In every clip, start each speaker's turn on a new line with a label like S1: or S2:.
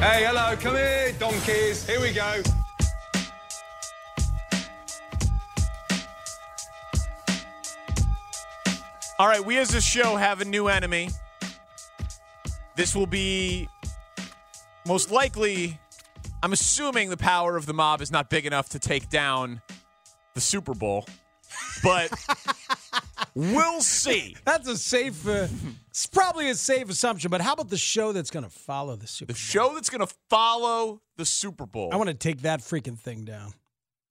S1: Hey, hello, come here, donkeys. Here we go.
S2: All right, we as a show have a new enemy. This will be most likely, I'm assuming the power of the mob is not big enough to take down the Super Bowl, but we'll see.
S3: That's a safe. Uh, it's probably a safe assumption. But how about the show that's going to follow the Super?
S2: The
S3: Bowl?
S2: show that's going to follow the Super Bowl.
S3: I want to take that freaking thing down.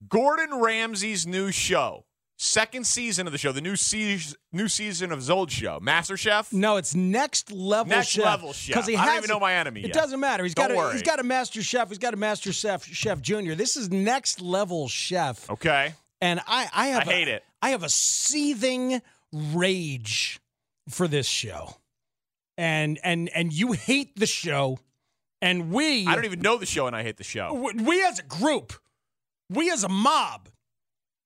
S2: Gordon Ramsay's new show, second season of the show, the new, se- new season of his old show, Master Chef.
S3: No, it's next level.
S2: Next
S3: chef.
S2: level chef.
S3: 'Cause he
S2: I don't
S3: has
S2: even know my enemy
S3: It
S2: yet.
S3: doesn't matter. He's
S2: Don't
S3: got a,
S2: worry.
S3: he's got a master chef. He's got a master chef chef junior. This is next level chef,
S2: Okay.
S3: and I I have
S2: Oh. I hate
S3: a,
S2: it.
S3: I have a seething rage for this show, and and and you hate the show, and we
S2: I don't even know the show and I hate the show.
S3: w- we as a group, we as a mob,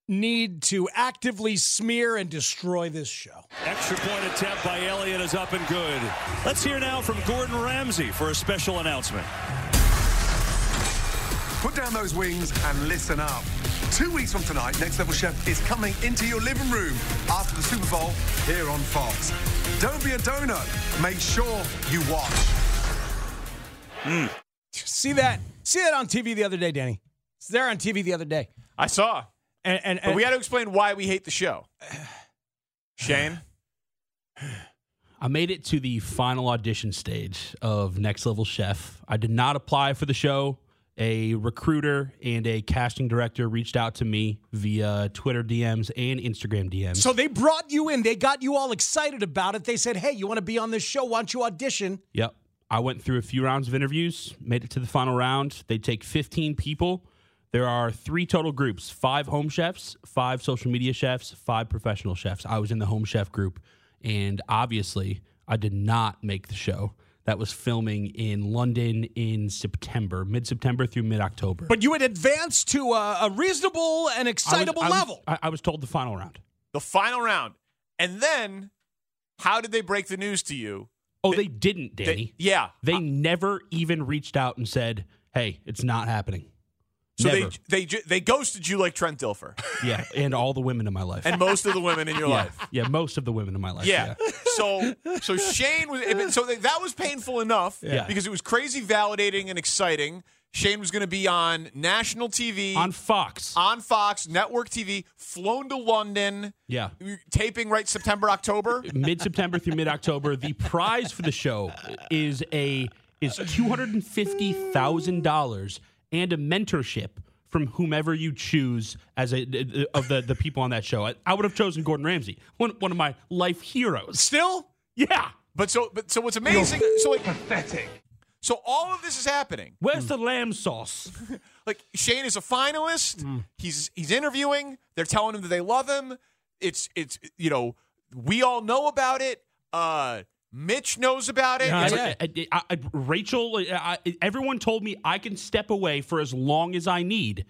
S3: need to actively smear and destroy this show.
S4: Extra point attempt by Elliott is up and good. Let's hear now from Gordon Ramsay for a special announcement.
S5: Put down those wings and listen up. Two weeks from tonight, Next Level Chef is coming into your living room after the Super Bowl here on Fox. Don't be a donor. Make sure you watch.
S3: See that? See that on TV the other day, Danny. It's there on TV the other day.
S2: I saw.
S3: And and,
S2: But
S3: and
S2: we had to explain why we hate the show. Shane?
S6: I made it to the final audition stage of Next Level Chef. I did not apply for the show. A recruiter and a casting director reached out to me via Twitter DMs and Instagram DMs.
S3: so they brought you in. They got you all excited about it. They said, "Hey, you want to be on this show? Why don't you audition?"
S6: Yep. I went through a few rounds of interviews, made it to the final round. They take 15 people. There are three total groups five home chefs, five social media chefs, five professional chefs. I was in the home chef group, and obviously, I did not make the show. That was filming in London in September, mid September through mid October.
S3: But you had advanced to a, a reasonable and excitable level.
S6: I, I was told the final round.
S2: The final round. And then, how did they break the news to you?
S6: Oh, they, didn't, Danny.
S2: They, yeah.
S6: They, never even reached out and said, hey, it's not happening.
S2: So
S6: Never.
S2: they they ju- they ghosted you like Trent Dilfer
S6: yeah, and all the women in my life.
S2: and most of the women in your
S6: yeah.
S2: life.
S6: Yeah, most of the women in my life.
S2: Yeah.
S6: Yeah.
S2: So so Shane was if it- so that- that was painful enough
S6: Yeah.
S2: because it was crazy validating and exciting. Shane was going to be on national TV
S6: On Fox.
S2: on Fox network TV, flown to London,
S6: Yeah.
S2: taping right September October.
S6: Mid September through mid October, the prize for the show is a is two hundred and fifty thousand dollars and a mentorship from whomever you choose as a of the, the people on that show. I, I would have chosen Gordon Ramsay, one one of my life heroes.
S3: Still,
S6: Yeah.
S2: But so, but so what's amazing? So like pathetic. So all of this is happening.
S6: Where's the lamb sauce?
S2: Like Shane is a finalist.
S6: Mm.
S2: He's he's interviewing. They're telling him that they love him. It's it's you know we all know about it. Uh, Mitch knows about it. It's like-
S6: I- I- I- I- Rachel, I, I- everyone told me I can step away for as long as I need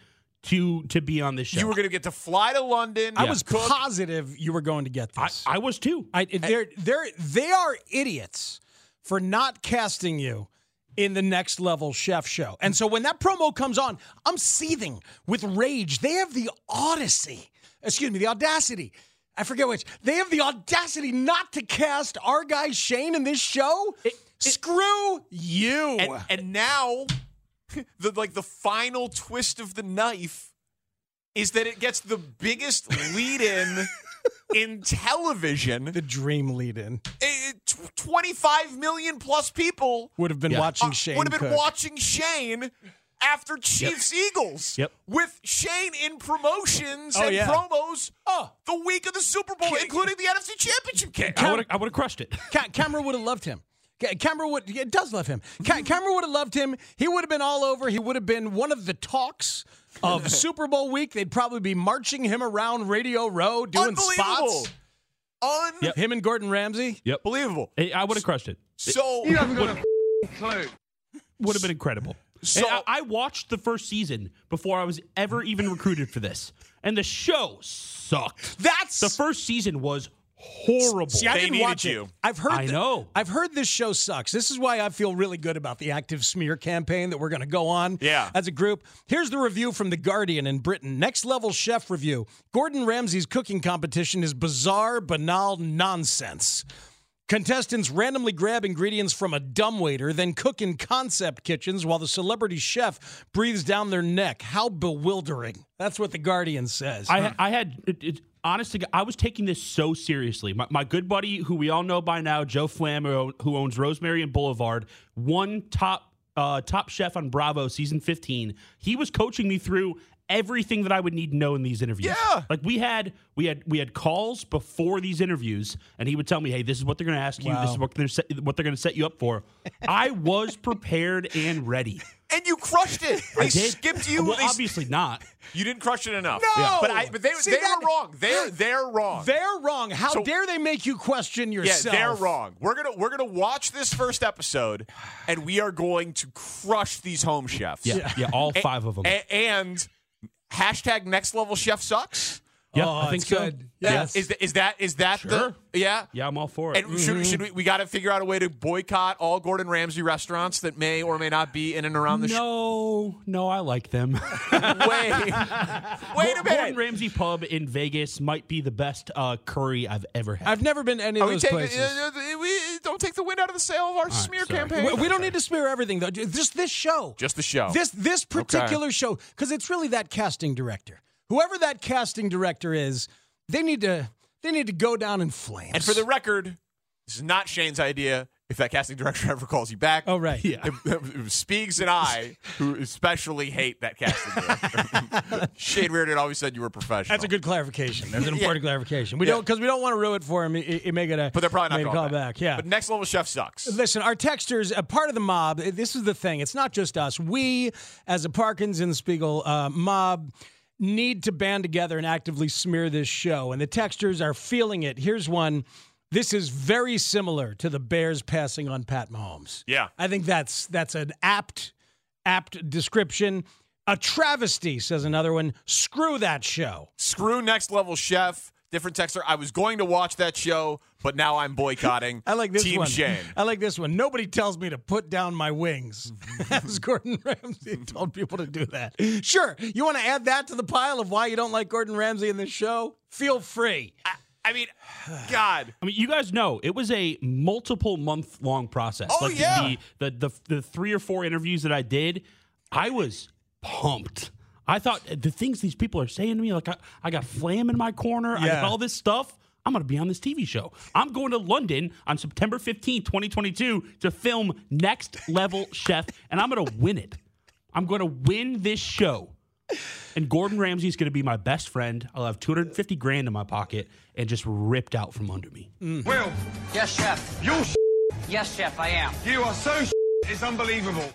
S6: to to be on this show.
S2: you were going to get to fly to London.
S3: I was positive you were going to get
S6: I,
S3: this.
S6: I was too.
S3: I, they're they're they are idiots for not casting you in the next level chef show. And so when that promo comes on, I'm seething with rage. They have the odyssey, excuse me, the audacity. I forget which. They have the audacity not to cast our guy Shane in this show. Screw you.
S2: And, and now, the like the final twist of the knife is that it gets the biggest lead in in television.
S3: the dream lead in
S2: Eh, tw- 25 million plus people
S3: would have been
S6: Yeah.
S3: watching
S2: uh,
S3: Shane.
S2: would have been
S3: Cook.
S2: watching Shane after Chiefs Eagles.
S6: Yep.
S2: With Shane in promotions
S3: Oh,
S2: and
S3: yeah. Oh.
S2: promos the week of the Super Bowl, including the NFC Championship game.
S6: I would I would have crushed it.
S3: Ca- Cameron would have loved him. Ca- Cameron would yeah, does love him. Ca- Cameron would have loved him. He would have been all over. He would have been one of the talks of Super Bowl week. They'd probably be marching him around Radio Row doing
S2: Unbelievable.
S3: spots.
S2: Unbelievable.
S3: Him and Gordon Ramsay.
S6: Yep. Eh, I would have crushed it.
S2: So
S6: Would have been incredible.
S2: So-
S6: And I, I watched the first season before I was ever even recruited for this, and the show sucked.
S3: That's
S6: the first season was horrible.
S3: See, I
S2: They
S3: didn't
S2: needed
S3: watch it.
S2: you.
S3: I've heard.
S6: I
S3: th-
S6: know.
S3: I've heard this show sucks. This is why I feel really good about the active smear campaign that we're going to go on.
S2: Yeah.
S3: As a group, here's the review from the Guardian in Britain. Next level chef review. Gordon Ramsay's cooking competition is bizarre, banal nonsense. Contestants randomly grab ingredients from a dumbwaiter, then cook in concept kitchens while the celebrity chef breathes down their neck. How bewildering. That's what The Guardian says.
S2: Hmm.
S6: I, I had it, it, honestly, I was taking this so seriously. My, my good buddy, who we all know by now, Joe Flam, who who owns Rosemary and Boulevard, one top uh, top chef on Bravo season fifteen. He was coaching me through everything that I would need to know in these interviews.
S2: Yeah.
S6: like we had we had we had calls before these interviews, and he would tell me, "Hey, this is what they're going to ask you. This is what they're set, what they're going to set you up for." I was prepared and ready.
S2: and you crushed it. They
S6: Did-
S2: skipped you.
S6: Well,
S2: They s-
S6: obviously not.
S2: You didn't crush it enough.
S3: No! Yeah.
S2: But I but they,
S3: See,
S2: they
S3: that-
S2: were wrong. They're they're wrong.
S3: They're wrong. How
S2: So-
S3: dare they make you question
S2: yeah,
S3: yourself?
S2: they're wrong. We're gonna we're gonna watch this first episode, and we are going to crush these home chefs.
S6: Yeah, yeah, all five of them.
S2: A- and hashtag next level chef sucks.
S6: yeah,
S3: Oh,
S6: I think
S3: it's
S6: so.
S3: good.
S6: Yes.
S2: Is, th- is that is that
S6: Sure.
S2: the yeah
S6: Yeah, I'm all for it. Mm-hmm.
S2: And should, should we we got to figure out a way to boycott all Gordon Ramsay restaurants that may or may not be in and around the
S6: no, no, I like them.
S2: sh- way. Wait a
S6: Gordon
S2: minute.
S6: Ramsay Pub in Vegas might be the best uh, curry I've ever had.
S3: I've never been to any of
S2: Are we
S3: those
S2: taking,
S3: places.
S2: uh, uh, we don't take the wind out of the sail of our smear
S6: sorry.
S2: campaign.
S3: we, we don't need to smear everything though. Just this show.
S2: Just the show.
S3: This this particular show, because it's really that casting director. Whoever that casting director is, they need to they need to go down in flames.
S2: And for the record, this is not Shane's idea. If that casting director ever calls you back,
S3: oh right, yeah,
S2: It, it- Speaks and I, who especially hate that casting director. Shane Reardon always said you were professional.
S3: that's a good clarification. That's an important clarification. We
S2: Yeah.
S3: don't because we don't want to ruin it for him. He, he may get a
S2: but they're probably
S3: may
S2: not
S3: call
S2: going
S3: back. Yeah,
S2: but next level chef sucks.
S3: Listen, our texters, a part of the mob, eh, this is the thing. It's not just us. We, as a Parkinson Spiegel uh, mob, need to band together and actively smear this show. And the texters are feeling it. Here's one. This is very similar to the Bears passing on Pat Mahomes.
S2: Yeah.
S3: I think that's that's an apt apt description. A travesty, says another one. Screw that show.
S2: Screw next level chef. Different texter. I was going to watch that show, but now I'm boycotting.
S3: I like this
S2: Team
S3: one.
S2: Shane.
S3: I like this one. Nobody tells me to put down my wings. As Gordon Ramsay told people to do that. Sure, you want to add that to the pile of why you don't like Gordon Ramsay in this show? Feel free.
S2: I, I mean, God.
S6: I mean, you guys know it was a multiple month long process.
S2: Oh,
S6: like the-
S2: yeah.
S6: the, the the the three or four interviews that I did, I was pumped. I thought the things these people are saying to me, like I, I got flam in my corner, I
S3: Yeah.
S6: got all this stuff. I'm going to be on this TV show. I'm going to London on September 15, 2022 to film Next Level Chef, and I'm going to win it. I'm going to win this show. And Gordon Ramsay is going to be my best friend. I'll have 250 grand in my pocket and just ripped out from under me.
S5: Will,
S7: Yes, chef.
S5: you're
S7: Yes, chef, I am.
S5: you are so it's unbelievable.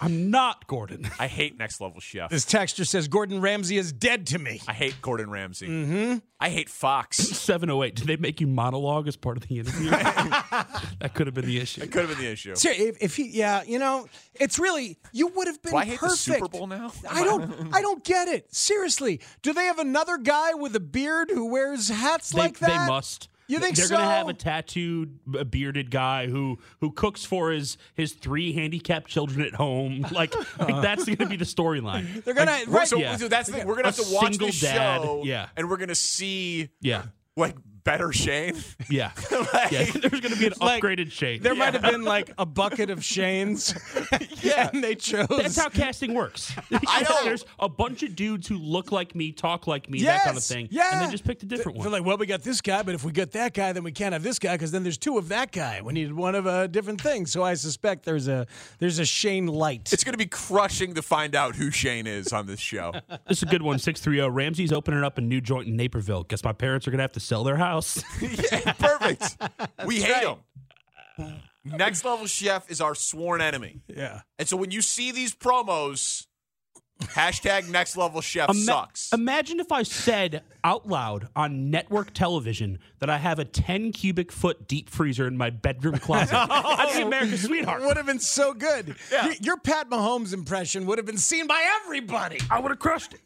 S6: I'm not Gordon.
S2: I hate next level chef.
S3: This texture says Gordon Ramsay is dead to me.
S2: I hate Gordon Ramsay. Mm-hmm. I hate Fox.
S6: 708. Did they make you monologue as part of the interview? that could have been the issue.
S2: Could have been the issue.
S3: Ser- If, if he, yeah, you know, it's really you would have been
S2: Do I hate the
S3: perfect.
S2: Super Bowl now?
S3: I don't, I don't get it. Seriously, do they have another guy with a beard who wears hats
S6: They,
S3: like
S6: they
S3: that?
S6: must.
S3: You think
S6: they're gonna have
S3: so?
S6: a tattooed, a bearded guy who who cooks for his his three handicapped children at home? Like, like that's gonna be the storyline.
S3: Uh-huh. They're gonna
S2: We're-
S3: right.
S2: so,
S6: yeah.
S2: so that's the thing. We're gonna
S6: A
S2: have to watch
S6: single
S2: this
S6: dad,
S2: show,
S6: yeah.
S2: and we're gonna see
S6: Yeah,
S2: like better Shane.
S6: Yeah. yeah. There's going to be an
S3: Like,
S6: upgraded shade.
S3: There might have been like a bucket of Shane's. yeah. And they chose.
S6: That's how casting works.
S2: I know.
S6: There's a bunch of dudes who look like me, talk like me, that kind of
S3: Yes,
S6: thing.
S3: yeah.
S6: And they just picked a different
S3: They're
S6: one.
S3: like, well, we got this guy, but if we get that guy, then we can't have this guy because then there's two of that guy. We needed one of a different thing. So I suspect there's a there's a Shane light.
S2: It's going to be crushing to find out who Shane is on this show.
S6: this is a good one. 630. Ramsey's opening up a new joint in Naperville. Guess my parents are going to have to sell their house.
S2: Yeah, perfect. We hate him. Next level chef is our sworn enemy.
S3: yeah.
S2: And so when you see these promos, hashtag next level chef
S6: Ima-
S2: sucks.
S6: Imagine if I said out loud on network television that I have a 10 cubic foot deep freezer in my bedroom closet. I'd be America's sweetheart.
S3: Would have been so good.
S2: Yeah.
S3: Y- Your Pat Mahomes impression would have been seen by everybody.
S6: I would have crushed it.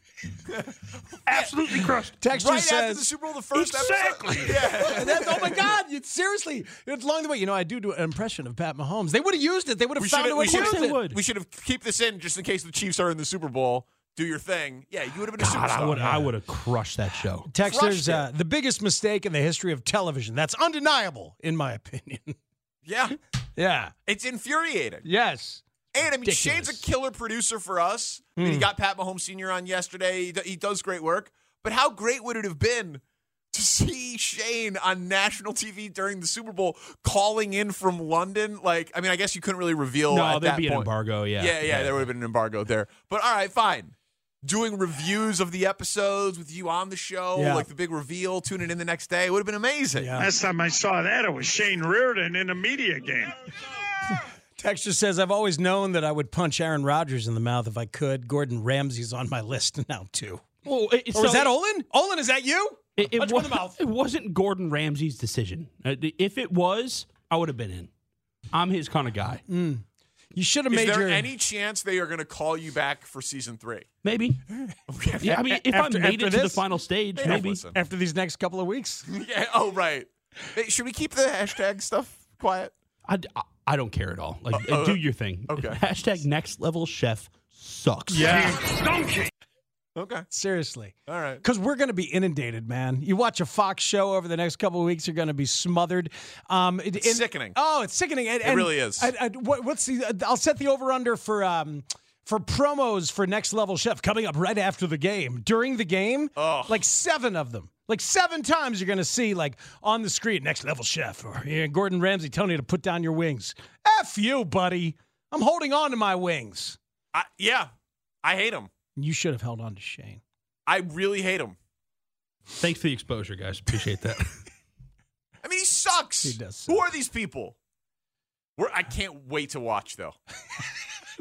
S6: Absolutely crushed it.
S3: Texture
S2: right after
S3: says,
S2: the Super Bowl, the first
S6: Exactly.
S2: episode. Yeah.
S3: And that's- oh my God! You, seriously, it's along the way. You know, I do do an impression of Pat Mahomes. They would have used it. They would have
S2: We
S3: found
S2: should,
S3: a
S2: we,
S3: way to
S2: should
S3: use
S6: they
S3: it.
S6: would.
S2: we should have keep this in just in case the Chiefs are in the Super Bowl. Do your thing. Yeah, you would have been a
S6: God,
S2: superstar.
S6: I would I would have crushed that show.
S3: Texters,
S2: Crushed it.
S3: uh, the biggest mistake in the history of television. That's undeniable, in my opinion.
S2: yeah,
S3: yeah.
S2: it's infuriating.
S3: Yes.
S2: And I mean, Shane's a
S3: Ridiculous.
S2: killer producer for us. I
S6: Hmm.
S2: mean, he got Pat Mahomes Sr. on yesterday. He, do- he does great work. But how great would it have been to see Shane on national TV during the Super Bowl calling in from London? Like, I mean, I guess you couldn't really reveal.
S6: No,
S2: at
S6: Oh, there'd
S2: that
S6: be an
S2: point.
S6: embargo. Yeah.
S2: Yeah, yeah, there would have been an embargo there. But all right, fine. Doing reviews of the episodes with you on the show,
S3: Yeah.
S2: like the big reveal, tuning in the next day, would have been amazing.
S3: Yeah.
S8: Last time I saw that, it was Shane Reardon in a media game.
S3: Texture says, I've always known that I would punch Aaron Rodgers in the mouth if I could. Gordon Ramsay's on my list now, too.
S6: Well, it,
S3: Or
S6: so
S3: Oh, is that
S6: it-
S3: Olin? Olin, is that you?
S6: It, it,
S3: punch him in the
S6: wa-
S3: mouth.
S6: it wasn't Gordon Ramsay's decision. Uh, d- If it was, I would have been in. I'm his kind of guy.
S3: Mm. You should have
S2: Is
S3: made
S2: there
S3: your.
S2: any chance they are going to call you back for season three?
S6: Maybe. Yeah, I mean, if
S3: After-
S6: I made
S3: after
S6: it to the
S3: this?
S6: final stage, maybe.
S2: Listen.
S3: after these next couple of weeks?
S2: Yeah. Oh, right. Hey, should we keep the hashtag stuff quiet?
S6: I, I, I don't care at all. Like, do your thing.
S2: Uh, okay.
S6: Hashtag next level chef sucks.
S2: Okay.
S3: Seriously.
S2: All right.
S3: Because we're going to be inundated, man. You watch a Fox show over the next couple of weeks, you're going to be smothered. Um, it- and-
S2: sickening.
S3: Oh, it's sickening. And, it
S2: really is.
S3: I, I- what, what's the? uh, I'll set the over under for um, for promos for Next Level Chef coming up right after the game. During the game, like seven of them. Like seven times you're going to see like on the screen, Next Level Chef or yeah, Gordon Ramsay telling you to put down your wings. F you, buddy. I'm holding on to my wings.
S2: I, yeah. I hate him.
S3: You should have held on to Shane.
S2: I really hate him.
S6: Thanks for the exposure, guys. Appreciate that.
S2: I mean, he sucks.
S3: He does
S2: Who are these people? We're, I can't wait to watch though.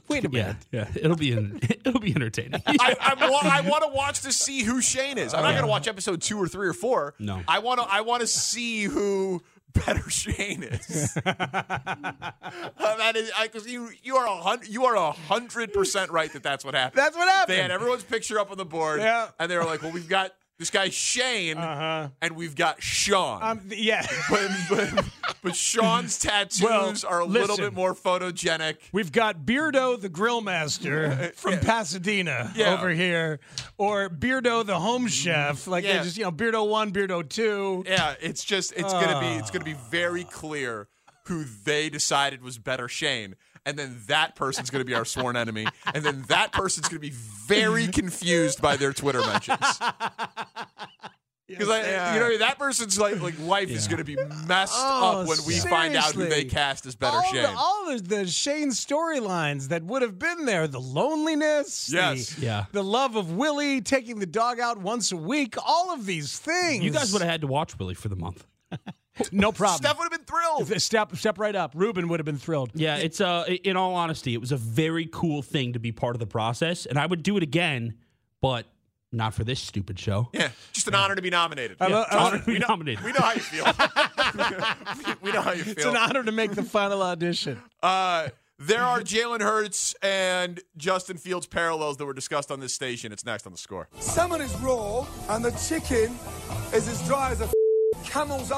S3: Wait a minute.
S6: yeah, yeah. It'll be en- it'll be entertaining.
S2: I, I, want, I want to watch to see who Shane is. I'm not going to watch episode two or three or four.
S6: No.
S2: I want to. I want to see who better Shane is. Uh, that is because you you are a hundred you are a hundred percent right that that's what happened.
S3: That's what happened.
S2: They had everyone's picture up on the board.
S3: Yeah. Uh-huh.
S2: And they were like, well, we've got this guy Shane, and we've got Sean.
S3: Um, th- yeah.
S2: but, but, but Sean's tattoos
S3: Well,
S2: are a little
S3: listen.
S2: bit more photogenic.
S3: We've got Beardo the Grill Master uh, from Pasadena
S2: Yeah. Mm-hmm.
S3: over here, or Beardo the Home Chef. Like
S2: Yeah.
S3: they just you know Beardo one, Beardo two.
S2: Yeah, it's just it's gonna be it's gonna be very
S3: Ah.
S2: clear who they decided was better Shane, and then that person's gonna be our sworn enemy, and then that person's gonna be very confused by their Twitter mentions. Because you know that person's like like life is gonna be messed
S3: Oh,
S2: up when we find out who
S3: seriously.
S2: they cast as better
S3: all
S2: Shane.
S3: The, all the, the Shane storylines that would have been there, the loneliness, the-
S2: Yes.
S3: the,
S6: Yeah.
S3: love of Willie, taking the dog out once a week, all of these things.
S6: you guys would have had to watch Willie for the month.
S3: no problem.
S2: Steph would have been thrilled.
S3: step step right up. Ruben would have been thrilled.
S6: Yeah, it's uh i- in all honesty, it was a very cool thing to be part of the process, and I would do it again, but not for this stupid show.
S2: Yeah, just an honor to be nominated.
S3: I love-
S6: It's an honor to be
S2: We know,
S6: nominated.
S2: we know how you feel. We- we know how you feel.
S3: It's an honor to make the final audition.
S2: Uh, there are Jalen Hurts and Justin Fields parallels that were discussed on this station. It's next on the score.
S5: Salmon is raw, and the chicken is as dry as a camel's a-